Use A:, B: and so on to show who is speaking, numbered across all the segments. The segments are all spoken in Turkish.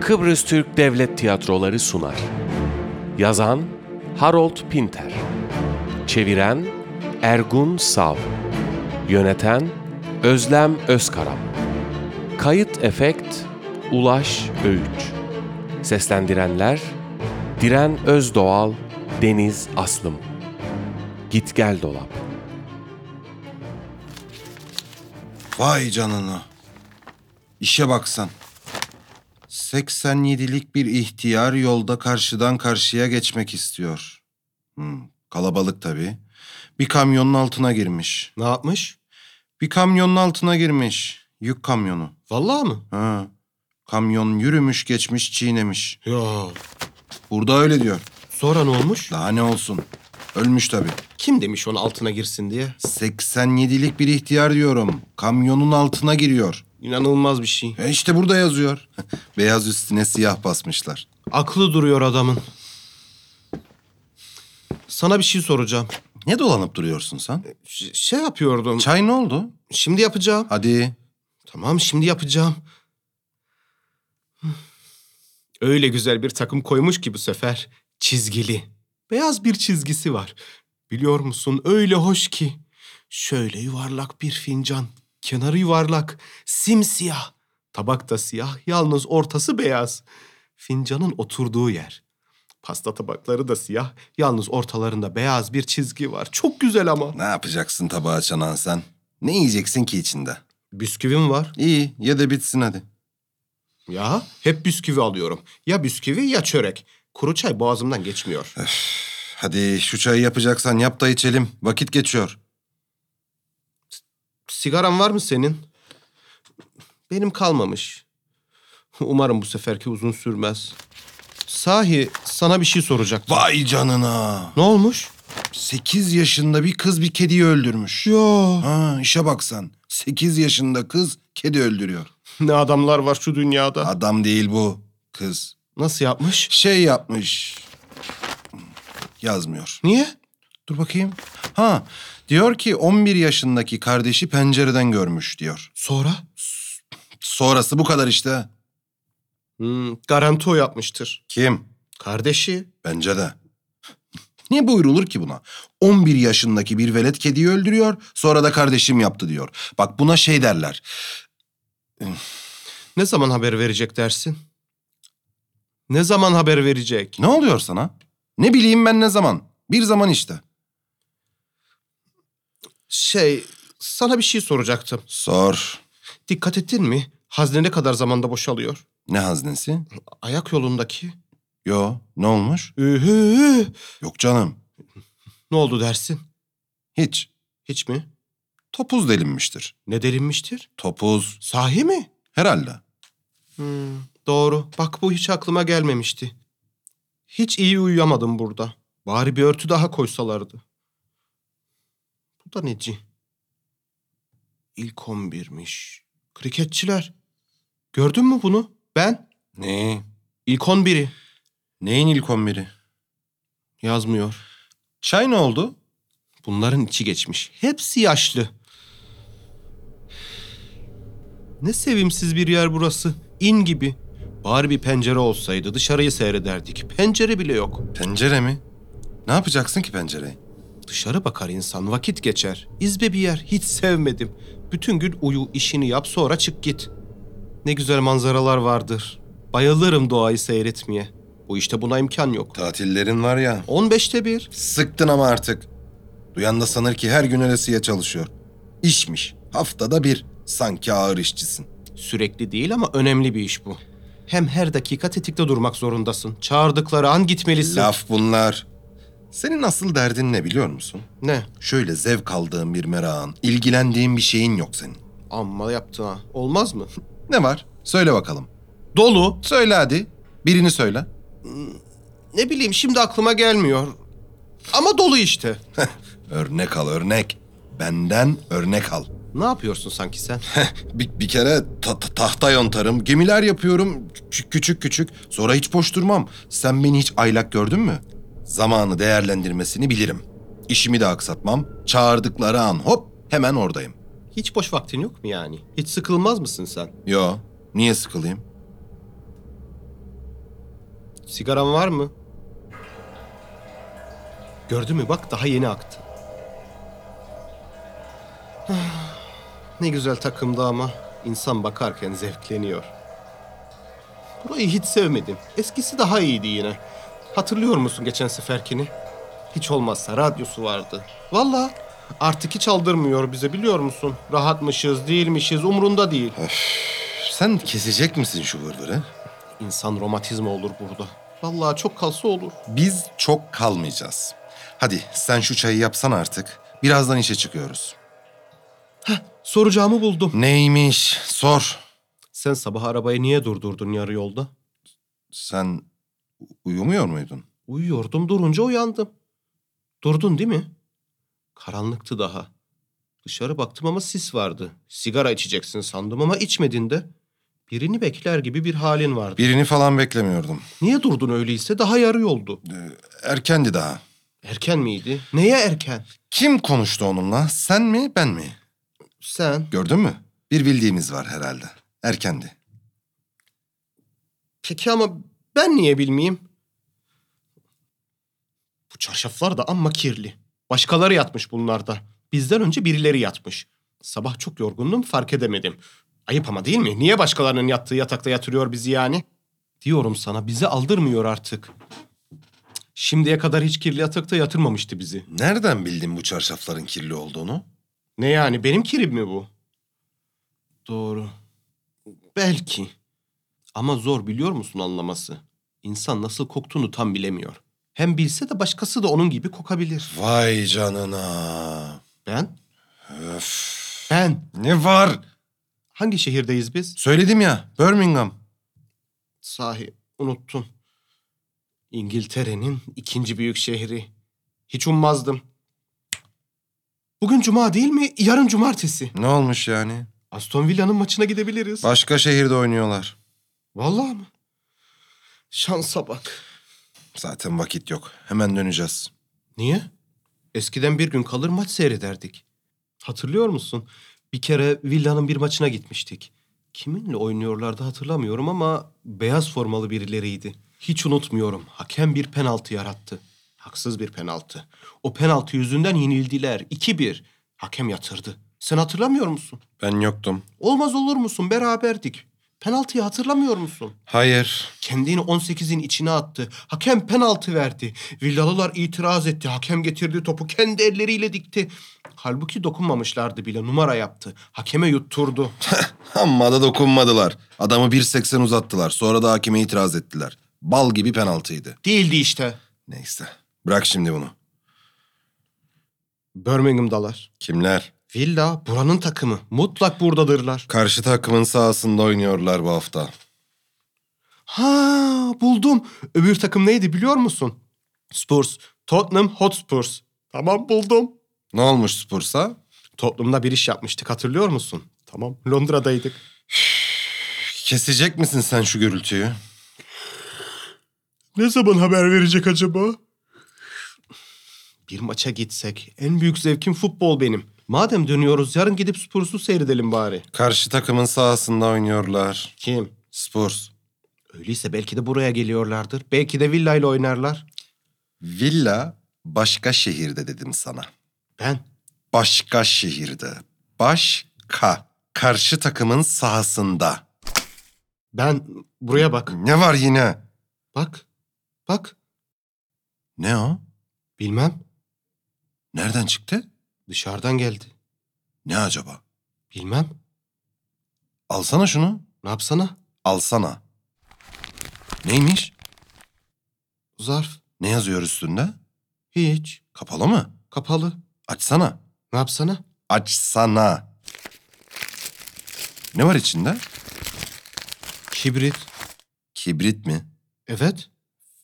A: Kıbrıs Türk Devlet Tiyatroları sunar. Yazan Harold Pinter Çeviren Ergun Sav Yöneten Özlem Özkaram Kayıt Efekt Ulaş Öğüç Seslendirenler Diren Özdoğal Deniz Aslım Git Gel Dolap
B: Vay canına. İşe baksan. 87'lik bir ihtiyar yolda karşıdan karşıya geçmek istiyor. Hmm, kalabalık tabii. Bir kamyonun altına girmiş.
C: Ne yapmış?
B: Bir kamyonun altına girmiş. Yük kamyonu.
C: Vallahi mı?
B: Ha. Kamyon yürümüş geçmiş çiğnemiş.
C: Yo.
B: Burada öyle diyor.
C: Sonra ne olmuş?
B: Daha ne olsun. Ölmüş tabii.
C: Kim demiş onun altına girsin diye?
B: 87'lik bir ihtiyar diyorum. Kamyonun altına giriyor.
C: İnanılmaz bir şey.
B: E işte burada yazıyor. Beyaz üstüne siyah basmışlar.
C: Aklı duruyor adamın. Sana bir şey soracağım.
B: Ne dolanıp duruyorsun sen?
C: Ş- şey yapıyordum.
B: Çay ne oldu?
C: şimdi yapacağım.
B: Hadi.
C: Tamam şimdi yapacağım. Öyle güzel bir takım koymuş ki bu sefer. Çizgili. Beyaz bir çizgisi var. Biliyor musun öyle hoş ki. Şöyle yuvarlak bir fincan. Kenarı yuvarlak. Simsiyah. Tabak da siyah. Yalnız ortası beyaz. Fincanın oturduğu yer. Pasta tabakları da siyah. Yalnız ortalarında beyaz bir çizgi var. Çok güzel ama.
B: Ne yapacaksın tabağa çanan sen? Ne yiyeceksin ki içinde?
C: Bisküvim var.
B: İyi ya da bitsin hadi.
C: Ya hep bisküvi alıyorum. Ya bisküvi ya çörek. Kuru çay boğazımdan geçmiyor.
B: Hadi şu çayı yapacaksan yap da içelim. Vakit geçiyor.
C: Sigaran var mı senin? Benim kalmamış. Umarım bu seferki uzun sürmez. Sahi sana bir şey soracaktım.
B: Vay canına.
C: Ne olmuş?
B: 8 yaşında bir kız bir kediyi öldürmüş.
C: Yo.
B: Ha işe baksan. 8 yaşında kız kedi öldürüyor.
C: Ne adamlar var şu dünyada.
B: Adam değil bu kız.
C: Nasıl yapmış?
B: Şey yapmış. Yazmıyor.
C: Niye?
B: Dur bakayım. Ha, diyor ki 11 yaşındaki kardeşi pencereden görmüş diyor.
C: Sonra?
B: Sonrası bu kadar işte.
C: Hmm, garanti o yapmıştır.
B: Kim?
C: Kardeşi.
B: Bence de. Niye buyrulur ki buna? 11 yaşındaki bir velet kediyi öldürüyor, sonra da kardeşim yaptı diyor. Bak buna şey derler.
C: Ne zaman haber verecek dersin? Ne zaman haber verecek?
B: Ne oluyor sana? Ne bileyim ben ne zaman? Bir zaman işte.
C: Şey, sana bir şey soracaktım.
B: Sor.
C: Dikkat ettin mi? Hazne ne kadar zamanda boşalıyor?
B: Ne haznesi?
C: Ayak yolundaki.
B: Yo, ne olmuş?
C: Ühü.
B: Yok canım,
C: Ne oldu dersin?
B: hiç.
C: Hiç mi?
B: Topuz delinmiştir.
C: Ne derinmiştir?
B: Topuz,
C: Sahi mi?
B: herhalde.
C: Hmm, doğru. Bak bu hiç aklıma gelmemişti. Hiç iyi uyuyamadım burada. Bari bir örtü daha koysalardı. Bu da neci? İlk 11'miş. Kriketçiler. Gördün mü bunu? Ben.
B: Ne?
C: İlk 11'i.
B: Neyin ilk 11'i?
C: Yazmıyor.
B: Çay ne oldu?
C: Bunların içi geçmiş. Hepsi yaşlı. Ne sevimsiz bir yer burası. İn gibi. Bari bir pencere olsaydı dışarıyı seyrederdik. Pencere bile yok.
B: Pencere mi? Ne yapacaksın ki pencereyi?
C: Dışarı bakar insan vakit geçer. İzbe bir yer hiç sevmedim. Bütün gün uyu işini yap sonra çık git. Ne güzel manzaralar vardır. Bayılırım doğayı seyretmeye. Bu işte buna imkan yok.
B: Tatillerin var ya.
C: 15'te bir.
B: Sıktın ama artık. Duyan da sanır ki her gün ölesiye çalışıyor. İşmiş. Haftada bir. Sanki ağır işçisin.
C: Sürekli değil ama önemli bir iş bu. Hem her dakika tetikte durmak zorundasın. Çağırdıkları an gitmelisin.
B: Laf bunlar. Senin asıl derdin ne biliyor musun?
C: Ne?
B: Şöyle zevk aldığın bir merakın, ilgilendiğin bir şeyin yok senin.
C: Amma yaptın ha. Olmaz mı?
B: Ne var? Söyle bakalım.
C: Dolu.
B: Söyle hadi. Birini söyle.
C: Ne bileyim şimdi aklıma gelmiyor. Ama dolu işte.
B: Örnek al örnek. Benden örnek al.
C: ne yapıyorsun sanki sen?
B: Bir, bir kere ta- ta- tahta yontarım, gemiler yapıyorum küçük küçük küçük. Sonra hiç boş durmam. Sen beni hiç aylak gördün mü? Zamanı değerlendirmesini bilirim. İşimi de aksatmam. Çağırdıkları an hop hemen oradayım.
C: Hiç boş vaktin yok mu yani? Hiç sıkılmaz mısın sen?
B: Yo, niye sıkılayım?
C: Sigaran var mı? Gördün mü bak daha yeni aktı. Ah, Ne güzel takımdı ama insan bakarken zevkleniyor. Burayı hiç sevmedim. Eskisi daha iyiydi yine. Hatırlıyor musun geçen seferkini? Hiç olmazsa radyosu vardı. Valla artık hiç aldırmıyor bize biliyor musun? Rahatmışız değilmişiz umrunda değil.
B: Sen kesecek misin şu vırvırı?
C: İnsan romatizma olur burada. Vallahi çok kalsa olur.
B: Biz çok kalmayacağız. Hadi sen şu çayı yapsan artık. Birazdan işe çıkıyoruz.
C: Soracağımı buldum.
B: Neymiş? Sor.
C: Sen sabah arabayı niye durdurdun yarı yolda?
B: Sen uyumuyor muydun?
C: Uyuyordum durunca uyandım. Durdun değil mi? Karanlıktı daha. Dışarı baktım ama sis vardı. Sigara içeceksin sandım ama içmedin de. Birini bekler gibi bir halin vardı.
B: Birini falan beklemiyordum.
C: Niye durdun öyleyse? Daha yarı yoldu.
B: Erkendi daha.
C: Erken miydi? Neye erken?
B: Kim konuştu onunla? Sen mi, ben mi?
C: Sen.
B: Gördün mü? Bir bildiğimiz var herhalde. Erkendi.
C: Peki ama ben niye bilmeyeyim? Bu çarşaflar da amma kirli. Başkaları yatmış bunlarda. Bizden önce birileri yatmış. Sabah çok yorgundum fark edemedim. Ayıp ama değil mi? Niye başkalarının yattığı yatakta yatırıyor bizi yani? Diyorum sana bizi aldırmıyor artık. Şimdiye kadar hiç kirli yatakta yatırmamıştı bizi.
B: Nereden bildin bu çarşafların kirli olduğunu?
C: Ne yani benim kirim mi bu? Doğru. Belki. Ama zor biliyor musun anlaması? İnsan nasıl koktuğunu tam bilemiyor. Hem bilse de başkası da onun gibi kokabilir.
B: Vay canına.
C: Ben?
B: Öf.
C: Ben.
B: Ne var?
C: Hangi şehirdeyiz biz?
B: Söyledim ya. Birmingham.
C: Sahi unuttum. İngiltere'nin ikinci büyük şehri. Hiç ummazdım. Bugün cuma değil mi? Yarın cumartesi.
B: Ne olmuş yani?
C: Aston Villa'nın maçına gidebiliriz.
B: Başka şehirde oynuyorlar.
C: Vallahi mi? Şansa bak.
B: Zaten vakit yok. Hemen döneceğiz.
C: Niye? Eskiden bir gün kalır maç seyrederdik. Hatırlıyor musun? Bir kere Villa'nın bir maçına gitmiştik. Kiminle oynuyorlardı hatırlamıyorum ama beyaz formalı birileriydi. Hiç unutmuyorum. Hakem bir penaltı yarattı. Haksız bir penaltı. O penaltı yüzünden yenildiler. 2-1. Hakem yatırdı. Sen hatırlamıyor musun?
B: Ben yoktum.
C: Olmaz olur musun? Beraberdik. Penaltıyı hatırlamıyor musun?
B: Hayır.
C: Kendini 18'in içine attı. Hakem penaltı verdi. Villalılar itiraz etti. Hakem getirdi topu kendi elleriyle dikti. Halbuki dokunmamışlardı bile. Numara yaptı. Hakeme yutturdu.
B: Amma da dokunmadılar. Adamı 1.80 uzattılar. Sonra da hakime itiraz ettiler. Bal gibi penaltıydı.
C: Değildi işte.
B: Neyse. Bırak şimdi bunu.
C: Birmingham'dalar.
B: Kimler?
C: Villa buranın takımı. Mutlak buradadırlar.
B: Karşı takımın sahasında oynuyorlar bu hafta.
C: Ha buldum. Öbür takım neydi biliyor musun? Spurs. Tottenham Hotspurs. Tamam buldum.
B: Ne olmuş Spurs'a?
C: Tottenham'da bir iş yapmıştık hatırlıyor musun? Tamam Londra'daydık.
B: Kesecek misin sen şu gürültüyü?
C: Ne zaman haber verecek acaba? Bir maça gitsek. En büyük zevkim futbol benim. Madem dönüyoruz yarın gidip Spurs'u seyredelim bari.
B: Karşı takımın sahasında oynuyorlar.
C: Kim?
B: Spurs.
C: Öyleyse belki de buraya geliyorlardır. Belki de Villa ile oynarlar.
B: Villa başka şehirde dedim sana.
C: Ben.
B: Başka şehirde. Başka. Karşı takımın sahasında.
C: Ben. Buraya bak.
B: Ne var yine?
C: Bak. Bak.
B: Ne o?
C: Bilmem.
B: Nereden çıktı?
C: Dışarıdan geldi.
B: Ne acaba?
C: Bilmem.
B: Alsana şunu.
C: Ne yapsana?
B: Alsana. Neymiş?
C: Zarf.
B: Ne yazıyor üstünde?
C: Hiç.
B: Kapalı mı?
C: Kapalı.
B: Açsana.
C: Ne yapsana?
B: Açsana. Ne var içinde?
C: Kibrit.
B: Kibrit mi?
C: Evet.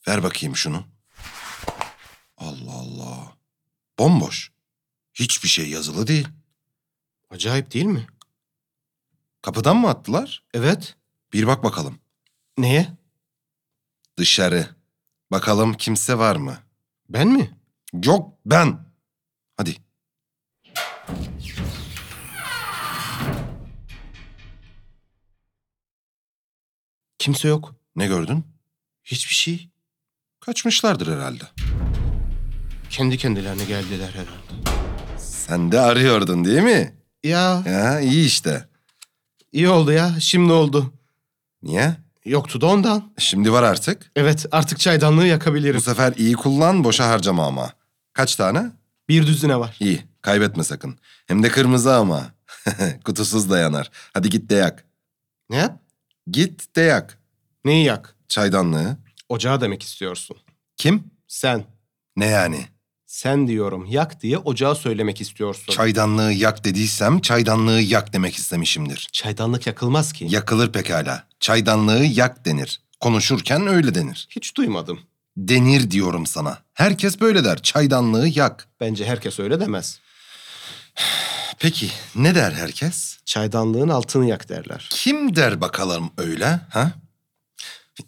B: Ver bakayım şunu. Allah Allah. Bomboş. Hiçbir şey yazılı değil.
C: Acayip değil mi?
B: Kapıdan mı attılar?
C: Evet.
B: Bir bak bakalım.
C: Neye?
B: Dışarı. Bakalım kimse var mı?
C: Ben mi?
B: Yok ben. Hadi.
C: Kimse yok.
B: Ne gördün?
C: Hiçbir şey.
B: Kaçmışlardır herhalde.
C: Kendi kendilerine geldiler herhalde.
B: Sen de arıyordun değil mi?
C: Ya
B: Ya iyi işte.
C: iyi oldu ya şimdi oldu.
B: Niye?
C: Yoktu da ondan.
B: Şimdi var artık.
C: Evet artık çaydanlığı
B: Bu
C: yakabilirim.
B: sefer iyi kullan, boşa harcama ama. Kaç tane?
C: Bir düzine var.
B: İyi, kaybetme sakın. Hem de kırmızı ama. Kutusuz da yanar. Hadi git de yak.
C: Ne yap?
B: Git de yak.
C: Neyi yak?
B: Çaydanlığı.
C: Ocağı demek istiyorsun.
B: Kim?
C: Sen.
B: Ne yani?
C: Sen diyorum yak diye ocağı söylemek istiyorsun.
B: Çaydanlığı yak dediysem çaydanlığı yak demek istemişimdir.
C: Çaydanlık yakılmaz ki.
B: Yakılır pekala. Çaydanlığı yak denir. Konuşurken öyle denir.
C: Hiç duymadım.
B: Denir diyorum sana. Herkes böyle der. Çaydanlığı yak.
C: Bence herkes öyle demez.
B: Peki ne der herkes?
C: Çaydanlığın altını yak derler.
B: Kim der bakalım öyle ha?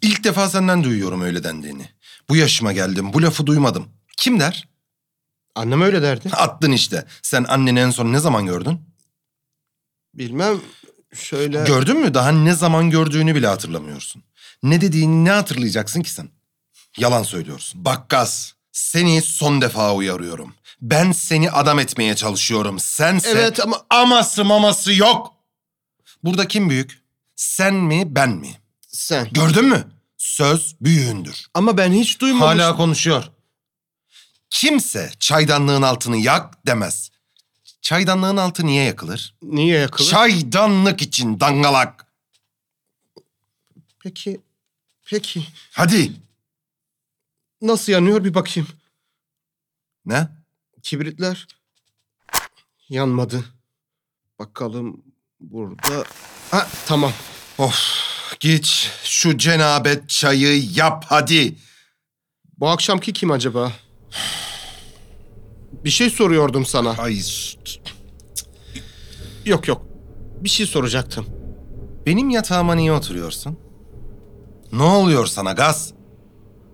B: İlk defa senden duyuyorum öyle dendiğini. Bu yaşıma geldim bu lafı duymadım. Kim der?
C: Annem öyle derdi.
B: Attın işte. Sen anneni en son ne zaman gördün?
C: Bilmem şöyle...
B: Gördün mü? Daha ne zaman gördüğünü bile hatırlamıyorsun. Ne dediğini ne hatırlayacaksın ki sen? Yalan söylüyorsun. Bakkas, seni son defa uyarıyorum. Ben seni adam etmeye çalışıyorum. Sense...
C: Evet ama-
B: Aması maması yok. Burada kim büyük? Sen mi ben mi?
C: sen.
B: Gördün mü? Söz büyüğündür.
C: Ama ben hiç duymamıştım.
B: Hala konuşuyor. Kimse çaydanlığın altını yak demez. Çaydanlığın altı niye yakılır?
C: Niye yakılır?
B: Çaydanlık için dangalak.
C: Peki, peki.
B: Hadi.
C: Nasıl yanıyor bir bakayım.
B: Ne?
C: Kibritler yanmadı. Bakalım burada... Ha tamam.
B: Of git şu cenabet çayı yap hadi.
C: Bu akşamki kim acaba? Bir şey soruyordum sana.
B: Ay süt.
C: Yok yok. Bir şey soracaktım.
B: Benim yatağıma niye oturuyorsun? Ne oluyor sana gaz?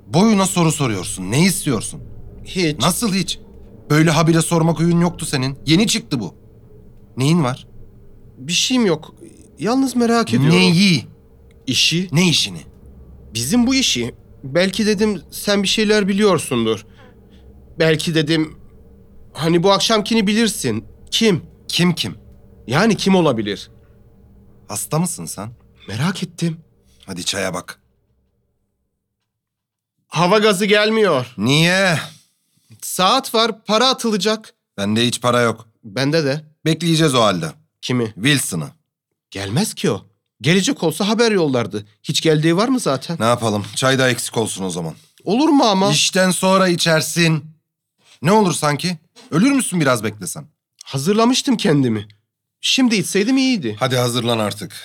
B: Boyuna soru soruyorsun. Ne istiyorsun?
C: Hiç.
B: Nasıl hiç? Böyle habire sormak huyun yoktu senin. Yeni çıktı bu. Neyin var?
C: Bir şeyim yok. Yalnız merak ediyorum.
B: Neyi?
C: İşi.
B: Ne işini?
C: Bizim bu işi. Belki dedim sen bir şeyler biliyorsundur. Belki dedim hani bu akşamkini bilirsin. Kim?
B: Kim kim?
C: Yani kim olabilir?
B: Hasta mısın sen?
C: Merak ettim.
B: Hadi çaya bak.
C: Hava gazı gelmiyor.
B: Niye?
C: Saat var, para atılacak.
B: Bende hiç para yok.
C: Bende de.
B: Bekleyeceğiz o halde.
C: Kimi?
B: Wilson'ı.
C: Gelmez ki o. Gelecek olsa haber yollardı. Hiç geldiği var mı zaten?
B: Ne yapalım? Çay da eksik olsun o zaman.
C: Olur mu ama?
B: İşten sonra içersin. Ne olur sanki? Ölür müsün biraz beklesen?
C: Hazırlamıştım kendimi. Şimdi içseydim iyiydi.
B: Hadi hazırlan artık.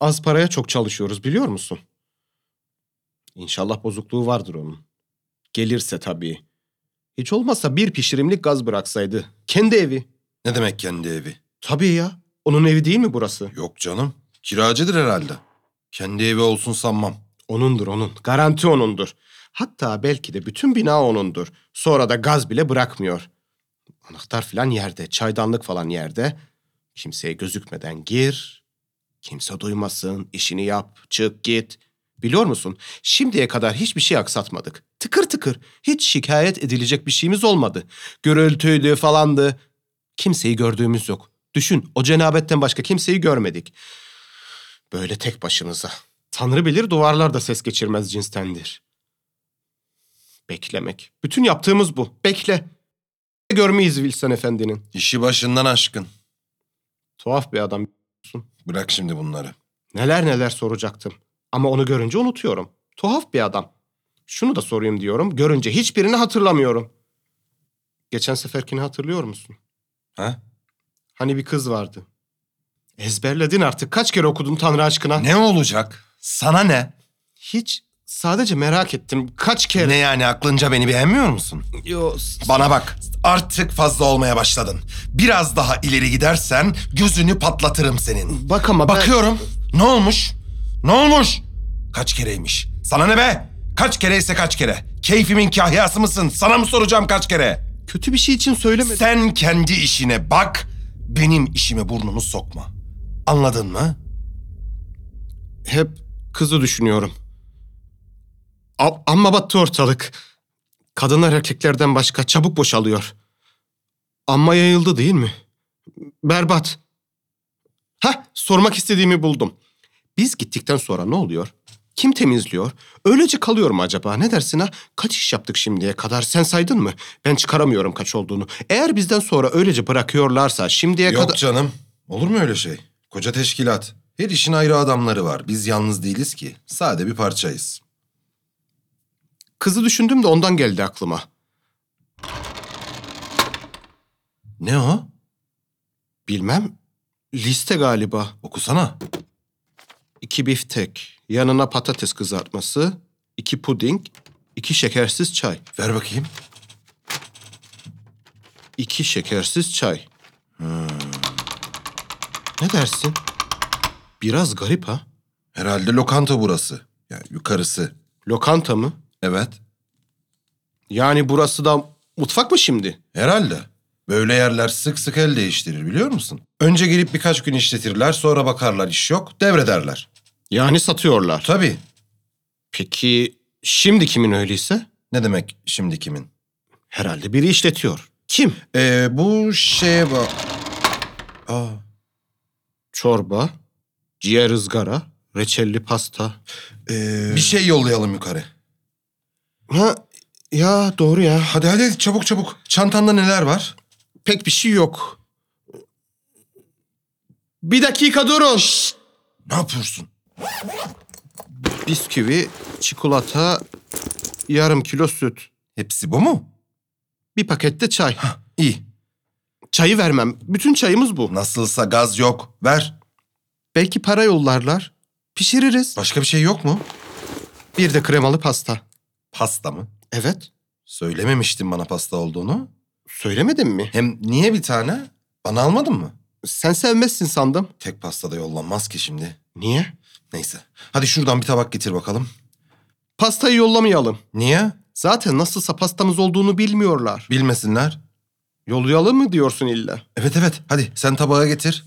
C: Az paraya çok çalışıyoruz biliyor musun? İnşallah bozukluğu vardır onun. Gelirse tabii. Hiç olmazsa bir pişirimlik gaz bıraksaydı. Kendi evi.
B: Ne demek kendi evi?
C: Tabii ya. Onun evi değil mi burası?
B: Yok canım. Kiracıdır herhalde. Kendi evi olsun sanmam.
C: Onundur onun. Garanti onundur. Hatta belki de bütün bina onundur. Sonra da gaz bile bırakmıyor. Anahtar falan yerde, çaydanlık falan yerde. Kimseye gözükmeden gir. Kimse duymasın, işini yap, çık git. Biliyor musun? Şimdiye kadar hiçbir şey aksatmadık. Tıkır tıkır. Hiç şikayet edilecek bir şeyimiz olmadı. Gürültüydü falandı. Kimseyi gördüğümüz yok. Düşün, o cenabetten başka kimseyi görmedik. Böyle tek başımıza. Tanrı bilir duvarlar da ses geçirmez cinstendir. Beklemek. Bütün yaptığımız bu. Bekle. Görmeyiz Wilson Efendi'nin.
B: İşi başından aşkın.
C: Tuhaf bir adam.
B: Bırak şimdi bunları.
C: Neler neler soracaktım. Ama onu görünce unutuyorum. Tuhaf bir adam. Şunu da sorayım diyorum. Görünce hiçbirini hatırlamıyorum. Geçen seferkini hatırlıyor musun?
B: Ha?
C: Hani bir kız vardı. Ezberledin artık. Kaç kere okudun Tanrı aşkına?
B: Ne olacak? Sana ne?
C: Hiç. Sadece merak ettim. Kaç kere?
B: Ne yani aklınca beni beğenmiyor musun?
C: Yo,
B: Bana bak. Artık fazla olmaya başladın. Biraz daha ileri gidersen gözünü patlatırım senin.
C: bak ama ben-
B: Bakıyorum. Ne olmuş? Ne olmuş? Kaç kereymiş? Sana ne be? Kaç kereyse kaç kere. Keyfimin kahyası mısın? Sana mı soracağım kaç kere?
C: Kötü bir şey için söylemedim.
B: Sen kendi işine bak. Benim işime burnunu sokma. Anladın mı?
C: hep kızı düşünüyorum. A- amma battı ortalık. Kadınlar erkeklerden başka çabuk boşalıyor. Amma yayıldı değil mi? Berbat. Hah sormak istediğimi buldum. Biz gittikten sonra ne oluyor? Kim temizliyor? Öylece kalıyor mu acaba? Ne dersin ha? Kaç iş yaptık şimdiye kadar? Sen saydın mı? Ben çıkaramıyorum kaç olduğunu. Eğer bizden sonra öylece bırakıyorlarsa şimdiye
B: Yok
C: kadar...
B: canım. Olur mu öyle şey? Koca teşkilat. Her işin ayrı adamları var. Biz yalnız değiliz ki. Sade bir parçayız.
C: Kızı düşündüm de ondan geldi aklıma.
B: Ne o?
C: Bilmem. Liste galiba.
B: Okusana.
C: İki biftek, yanına patates kızartması, iki puding, iki şekersiz çay.
B: Ver bakayım.
C: İki şekersiz çay. Hmm. Ne dersin? Biraz garip ha.
B: Herhalde lokanta burası. Yani yukarısı.
C: Lokanta mı?
B: Evet.
C: Yani burası da mutfak mı şimdi?
B: Herhalde. Böyle yerler sık sık el değiştirir biliyor musun? Önce girip birkaç gün işletirler sonra bakarlar iş yok devrederler.
C: Yani satıyorlar.
B: Tabii.
C: Peki şimdi kimin öyleyse?
B: Ne demek şimdi kimin?
C: Herhalde biri işletiyor. Kim?
B: Ee, bu şeye bak. Aa,
C: Çorba, ciğer ızgara, reçelli pasta.
B: bir şey yollayalım yukarı.
C: Ha, ya doğru ya.
B: Hadi hadi çabuk çabuk. Çantanda neler var?
C: pek bir şey yok. Bir dakika durun.
B: Ne yapıyorsun?
C: Bisküvi, çikolata, yarım kilo süt.
B: Hepsi bu mu?
C: Bir pakette çay.
B: İyi.
C: Çayı vermem. Bütün çayımız bu.
B: Nasılsa gaz yok. Ver.
C: Belki para yollarlar. Pişiririz.
B: Başka bir şey yok mu?
C: Bir de kremalı pasta.
B: Pasta mı?
C: Evet.
B: Söylememiştin bana pasta olduğunu.
C: Söylemedin mi?
B: Hem niye bir tane? Bana almadın mı?
C: Sen sevmezsin sandım.
B: Tek pastada yollanmaz ki şimdi.
C: Niye?
B: Neyse. Hadi şuradan bir tabak getir bakalım.
C: Pastayı yollamayalım.
B: Niye?
C: Zaten nasılsa pastamız olduğunu bilmiyorlar.
B: Bilmesinler.
C: Yollayalım mı diyorsun illa?
B: Evet evet. Hadi sen tabağa getir.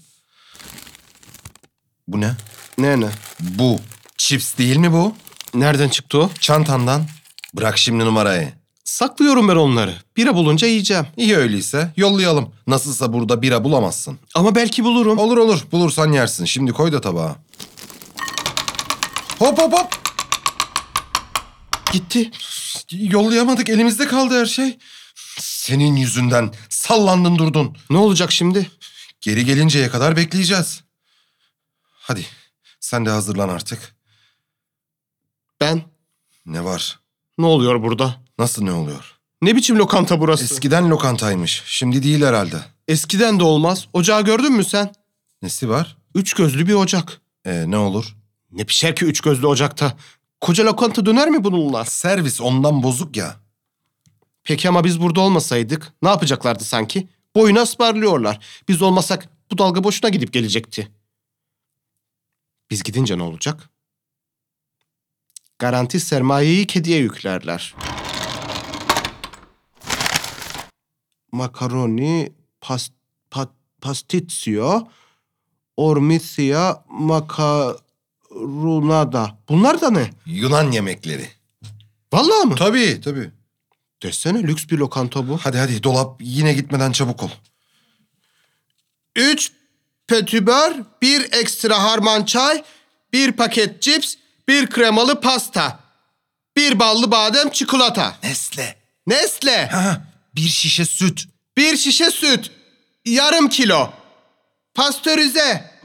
B: Bu ne?
C: Ne ne?
B: Bu. Chips değil mi bu?
C: Nereden çıktı o?
B: Çantandan. Bırak şimdi numarayı.
C: Saklıyorum ben onları. Bira bulunca yiyeceğim.
B: İyi öyleyse yollayalım. Nasılsa burada bira bulamazsın.
C: Ama belki bulurum.
B: Olur olur bulursan yersin. Şimdi koy da tabağa. Hop hop hop.
C: Gitti.
B: Yollayamadık elimizde kaldı her şey. Senin yüzünden sallandın durdun.
C: Ne olacak şimdi?
B: Geri gelinceye kadar bekleyeceğiz. Hadi sen de hazırlan artık.
C: Ben?
B: Ne var?
C: Ne oluyor burada?
B: Nasıl ne oluyor?
C: Ne biçim lokanta burası?
B: Eskiden lokantaymış. Şimdi değil herhalde.
C: Eskiden de olmaz. Ocağı gördün mü sen?
B: Nesi var?
C: Üç gözlü bir ocak.
B: Ee, ne olur?
C: Ne pişer ki üç gözlü ocakta? Koca lokanta döner mi bununla?
B: Servis ondan bozuk ya.
C: Peki ama biz burada olmasaydık ne yapacaklardı sanki? Boyuna ısmarlıyorlar. Biz olmasak bu dalga boşuna gidip gelecekti. Biz gidince ne olacak? Garanti sermayeyi kediye yüklerler. Makaroni, pas, pa, pastizio, ormisia, makarunada. Bunlar da ne?
B: Yunan yemekleri.
C: Vallahi mı?
B: Tabii tabii.
C: Desene lüks bir lokanta bu.
B: Hadi hadi dolap yine gitmeden çabuk ol.
C: 3 petibör, bir ekstra harman çay, bir paket cips, bir kremalı pasta, bir ballı badem çikolata.
B: Nesle.
C: Nestle,
B: Ha, bir şişe süt.
C: bir şişe süt, yarım kilo, pastörize.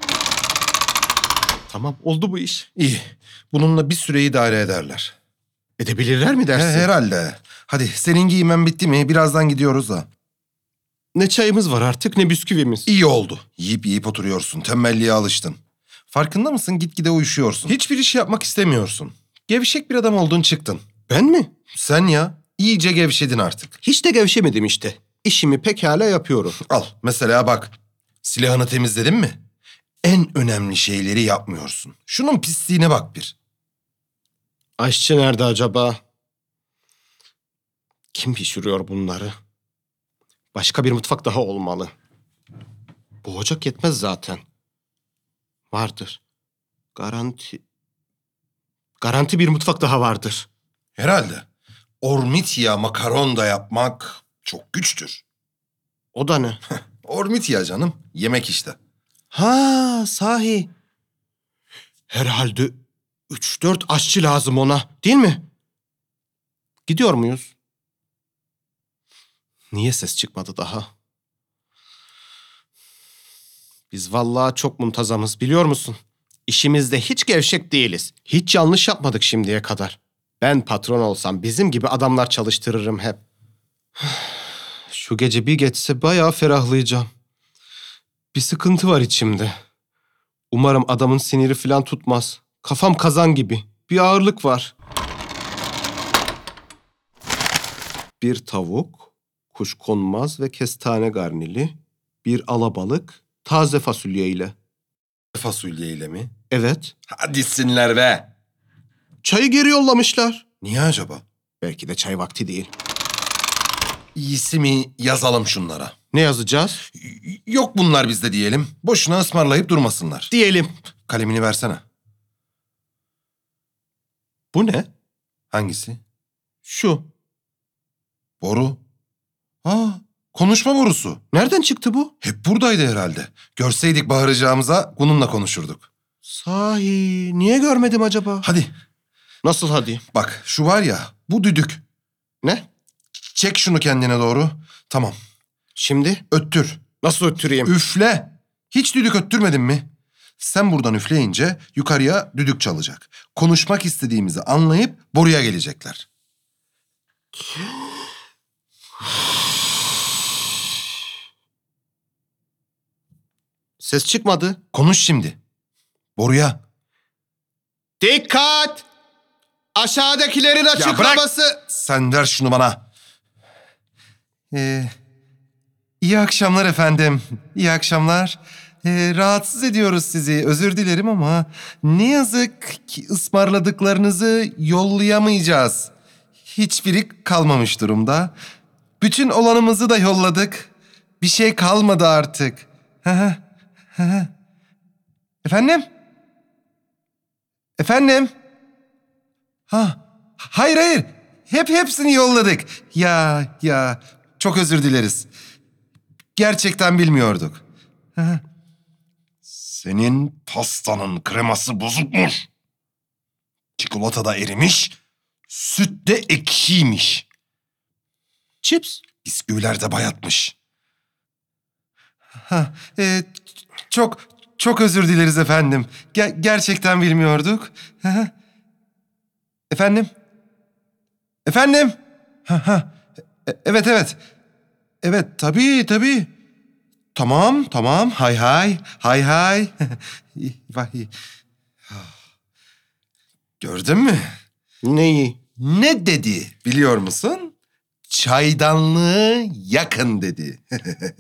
C: Tamam oldu bu iş.
B: İyi. Bununla bir süre idare ederler.
C: Edebilirler mi
B: He,
C: dersin?
B: herhalde. Hadi senin giymen bitti mi? Birazdan gidiyoruz da.
C: Ne çayımız var artık ne bisküvimiz.
B: İyi oldu. Yiyip yiyip oturuyorsun. Tembelliğe alıştın. Farkında mısın? Gitgide uyuşuyorsun. Hiçbir iş yapmak istemiyorsun. Gevşek bir adam oldun çıktın.
C: Ben mi?
B: Sen ya iyice gevşedin artık.
C: Hiç de gevşemedim işte. İşimi pekala yapıyorum.
B: Al mesela bak. Silahını temizledin mi? En önemli şeyleri yapmıyorsun. Şunun pisliğine bak bir.
C: Aşçı nerede acaba? Kim pişiriyor bunları? Başka bir mutfak daha olmalı. Bu ocak yetmez zaten. Vardır. Garanti... Garanti bir mutfak daha vardır.
B: Herhalde. Ormitya makaron da yapmak çok güçtür.
C: O da ne?
B: Ormitya canım, yemek işte.
C: Ha sahi.
D: Herhalde
C: 3-4 aşçı lazım ona değil mi? Gidiyor muyuz? Niye ses çıkmadı daha? Biz vallahi çok muntazamız biliyor musun? İşimizde hiç gevşek değiliz. Hiç yanlış yapmadık şimdiye kadar. Ben patron olsam bizim gibi adamlar çalıştırırım hep. Şu gece bir geçse bayağı ferahlayacağım. Bir sıkıntı var içimde. Umarım adamın siniri falan tutmaz. Kafam kazan gibi. Bir ağırlık var. Bir tavuk, kuşkonmaz ve kestane garnili, bir alabalık, taze fasulye ile.
B: Fasulyeyle mi?
C: Evet,
B: Hadisinler be!
C: çayı geri yollamışlar.
B: Niye acaba?
C: Belki de çay vakti değil.
B: İyisi mi yazalım şunlara.
C: Ne yazacağız?
B: Y- Yok bunlar bizde diyelim. Boşuna ısmarlayıp durmasınlar.
C: Diyelim.
B: Kalemini versene.
C: Bu ne?
B: Hangisi?
C: Şu.
B: Boru. Aa, konuşma borusu.
C: Nereden çıktı bu?
B: Hep buradaydı herhalde. Görseydik bağıracağımıza bununla konuşurduk.
C: Sahi, niye görmedim acaba?
B: Hadi
C: Nasıl hadi?
B: bak şu var ya bu düdük.
C: Ne?
B: Çek şunu kendine doğru. Tamam
C: Şimdi?
B: öttür.
C: Nasıl öttüreyim?
B: Üfle. Hiç düdük öttürmedin mi? Sen buradan üfleyince yukarıya düdük çalacak. Konuşmak istediğimizi anlayıp boruya gelecekler.
C: Ses çıkmadı.
B: Konuş şimdi. Boruya.
C: Dikkat! Aşağıdakilerin açıklaması...
B: Sen ver şunu bana. Ee, iyi akşamlar efendim. İyi akşamlar. Ee, rahatsız ediyoruz sizi. Özür dilerim ama ne yazık ki ısmarladıklarınızı yollayamayacağız. Hiçbiri kalmamış durumda. Bütün olanımızı da yolladık. Bir şey kalmadı artık. Hı hı, hı hı. Efendim? Efendim? Ha, hayır hayır. Hep hepsini yolladık. Ya ya çok özür dileriz. Gerçekten bilmiyorduk. Ha. Senin pastanın kreması bozukmuş. Çikolata da erimiş, süt de ekşiymiş.
C: Chips.
B: Bisküviler de bayatmış. Ha, e, çok çok özür dileriz efendim. Ger- gerçekten bilmiyorduk. Ha. efendim? Efendim? Ha, ha. E- evet evet. Evet tabii tabii. Tamam tamam hay hay hay hay. Vay. Ah. Gördün mü?
C: Neyi?
B: Ne dedi biliyor musun? Çaydanlığı yakın dedi.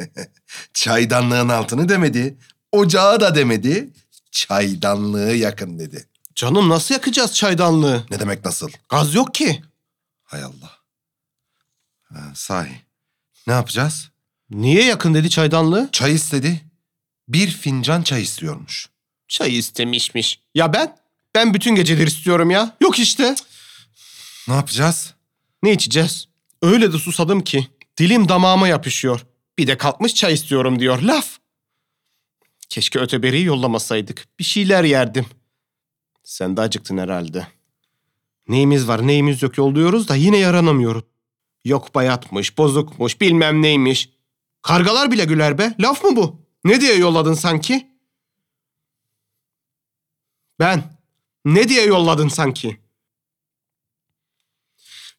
B: Çaydanlığın altını demedi. Ocağı da demedi. Çaydanlığı yakın dedi.
C: Canım nasıl yakacağız çaydanlığı?
B: Ne demek nasıl?
C: Gaz yok ki.
B: Hay Allah. Ha, sahi. Ne yapacağız?
C: Niye yakın dedi çaydanlığı?
B: Çay istedi. Bir fincan çay istiyormuş.
C: Çay istemişmiş. Ya ben? Ben bütün geceleri istiyorum ya. Yok işte.
B: Ne yapacağız?
C: Ne içeceğiz? Öyle de susadım ki. Dilim damağıma yapışıyor. Bir de kalkmış çay istiyorum diyor. Laf. Keşke öteberiyi yollamasaydık. Bir şeyler yerdim. Sen de acıktın herhalde. Neyimiz var neyimiz yok yolluyoruz da yine yaranamıyoruz. Yok bayatmış, bozukmuş, bilmem neymiş. Kargalar bile güler be. Laf mı bu? Ne diye yolladın sanki? Ben. Ne diye yolladın sanki?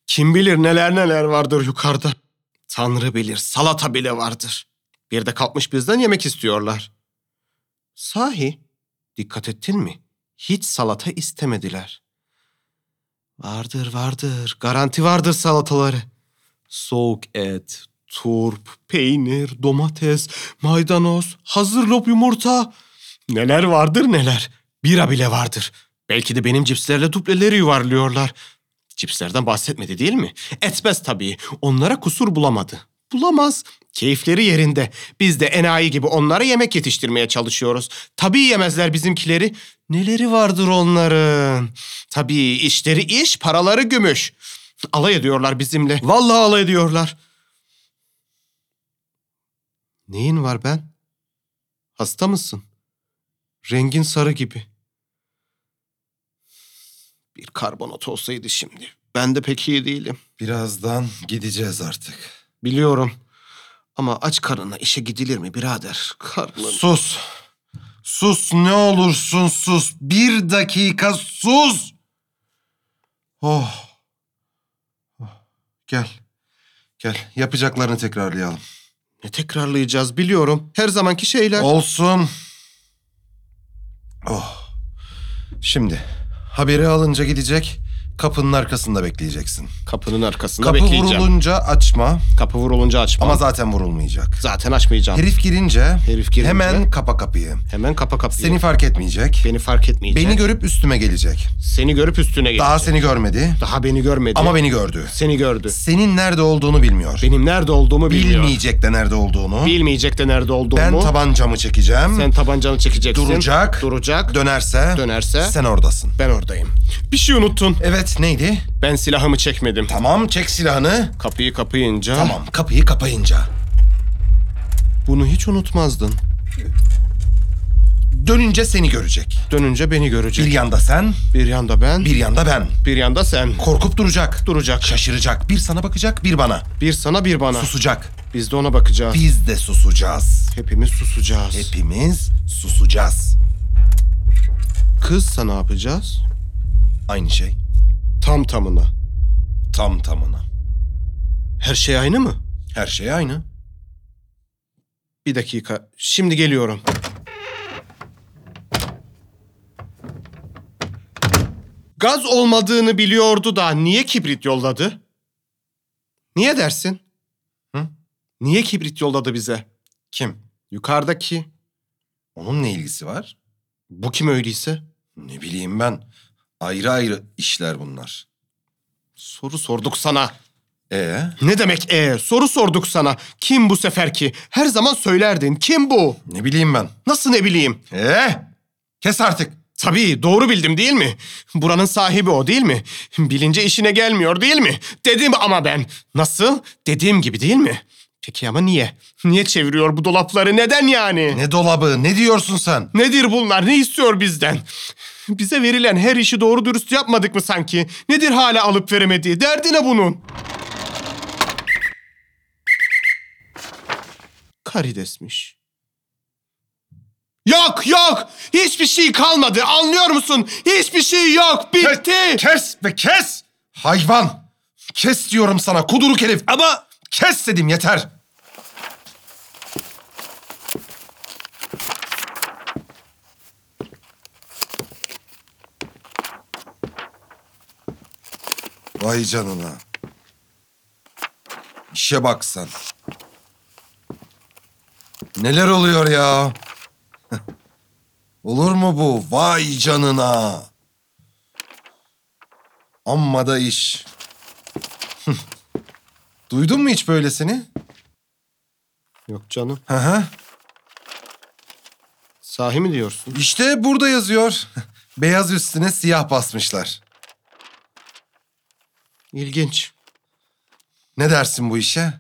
C: Kim bilir neler neler vardır yukarıda. Tanrı bilir salata bile vardır. Bir de kalkmış bizden yemek istiyorlar. Sahi dikkat ettin mi? Hiç salata istemediler. Vardır vardır garanti vardır salataları. Soğuk et, turp, peynir, domates, maydanoz, hazır lop yumurta. Neler vardır neler. Bira bile vardır. Belki de benim cipslerle dupleleri yuvarlıyorlar. Cipslerden bahsetmedi değil mi? Etmez tabii. Onlara kusur bulamadı. bulamaz. Keyifleri yerinde. Biz de enayi gibi onlara yemek yetiştirmeye çalışıyoruz. Tabii yemezler bizimkileri. Neleri vardır onların? Tabii işleri iş, paraları gümüş. Alay ediyorlar bizimle. Vallahi alay ediyorlar. Neyin var ben? Hasta mısın? Rengin sarı gibi. Bir karbonat olsaydı şimdi. Ben de pek iyi değilim.
B: Birazdan gideceğiz artık.
C: Biliyorum. Ama aç karnına işe gidilir mi birader? Karnın.
B: Sus. Sus ne olursun sus. Bir dakika sus. Oh. Oh. Gel. Gel. Yapacaklarını tekrarlayalım.
C: Ne tekrarlayacağız biliyorum. Her zamanki şeyler.
B: Olsun. Oh. Şimdi haberi alınca gidecek. Kapının arkasında bekleyeceksin.
C: Kapının arkasında
B: Kapı
C: bekleyeceğim.
B: vurulunca açma
C: Kapı vurulunca açma.
B: ama zaten vurulmayacak.
C: zaten açmayacağım.
B: Herif girince,
C: Herif girince-
B: hemen kapa kapıyı.
C: Hemen kapa kapıyı.
B: Seni fark etmeyecek.
C: Beni fark etmeyecek.
B: Beni görüp üstüme gelecek.
C: Seni görüp üstüne gelecek.
B: Daha seni görmedi
C: Daha beni görmedi.
B: ama beni gördü.
C: Seni gördü.
B: Senin nerede olduğunu bilmiyor.
C: Benim nerede olduğumu bilmiyor.
B: Bilmeyecek de nerede olduğunu.
C: Bilmeyecek de nerede olduğumu.
B: Ben tabancamı çekeceğim.
C: Sen tabancanı çekeceksin.
B: Duracak.
C: Duracak.
B: Dönerse,
C: Dönerse-
B: sen oradasın.
C: ben oradayım. Bir şey unuttun.
B: Evet neydi?
C: Ben silahımı çekmedim.
B: Tamam çek silahını.
C: Kapıyı kapayınca.
B: Tamam kapıyı kapayınca.
C: Bunu hiç unutmazdın.
B: Dönünce seni görecek.
C: Dönünce beni görecek.
B: Bir yanda sen,
C: Bir yanda ben,
B: bir yanda ben.
C: bir yanda sen.
B: Korkup duracak.
C: Duracak.
B: Şaşıracak. Bir sana bakacak, bir bana.
C: Bir sana bir bana.
B: Susacak.
C: Biz de ona bakacağız.
B: Biz de susacağız.
C: Hepimiz susacağız.
B: Hepimiz susacağız.
C: Kızsa ne yapacağız?
B: Aynı şey.
C: Tam tamına.
B: Tam tamına.
C: Her şey aynı mı?
B: Her şey aynı.
C: Bir dakika. Şimdi geliyorum. Gaz olmadığını biliyordu da niye kibrit yolladı? Niye dersin? Hı? Niye kibrit yolladı bize?
B: Kim?
C: Yukarıdaki.
B: Onun ne ilgisi var?
C: Bu kim öyleyse?
B: Ne bileyim ben. Ayrı ayrı işler bunlar.
C: Soru sorduk sana.
B: Ee,
C: Ne demek e? Soru sorduk sana. Kim bu seferki? Her zaman söylerdin. Kim bu?
B: ne bileyim ben.
C: Nasıl ne bileyim?
B: Ee, kes artık.
C: Tabii doğru bildim değil mi? Buranın sahibi o değil mi? Bilince işine gelmiyor değil mi? Dedim ama ben. Nasıl? Dediğim gibi değil mi? Peki ama niye? Niye çeviriyor bu dolapları? Neden yani?
B: Ne dolabı? Ne diyorsun sen?
C: Nedir bunlar? Ne istiyor bizden? Bize verilen her işi doğru dürüst yapmadık mı sanki? Nedir hala alıp veremediği? Derdi ne bunun? Karidesmiş. Yok yok! Hiçbir şey kalmadı anlıyor musun? Hiçbir şey yok bitti!
B: Kes ve kes. Hayvan. Kes diyorum sana kuduruk herif. Ama kes dedim yeter. Vay canına. İşe bak sen. Neler oluyor ya? Olur mu bu? Vay canına. Amma da iş. Duydun mu hiç böylesini?
C: Yok canım.
B: Hı hı.
C: Sahi mi diyorsun?
B: İşte burada yazıyor. Beyaz üstüne siyah basmışlar.
C: İlginç.
B: Ne dersin bu işe?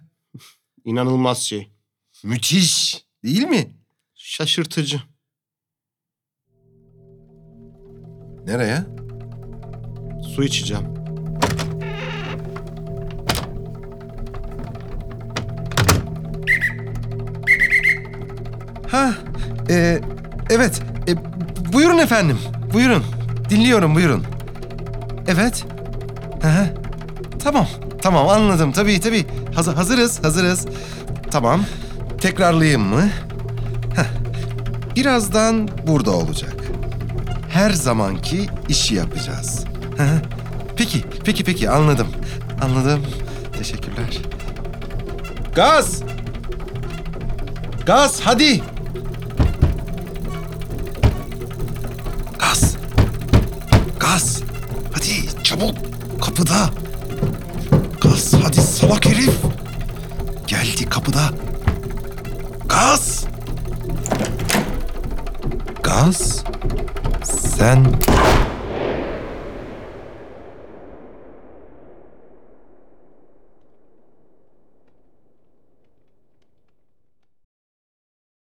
C: İnanılmaz şey.
B: Müthiş. Değil mi?
C: Şaşırtıcı.
B: Nereye?
C: Su içeceğim.
B: Ha, e, evet. E, buyurun efendim. Buyurun. Dinliyorum buyurun. Evet. Hı hı. Tamam. Tamam anladım. Tabii tabii. Hazır, hazırız. Hazırız. Tamam. Tekrarlayayım mı? Heh. Birazdan burada olacak. Her zamanki işi yapacağız. Hı hı. Peki, peki, peki anladım. Anladım. Teşekkürler. Gaz! Gaz hadi. Gaz. Gaz. Hadi çabuk. Kapıda. Gaz hadi salak herif. Gel. Geldi kapıda. Gaz! Gaz? Sen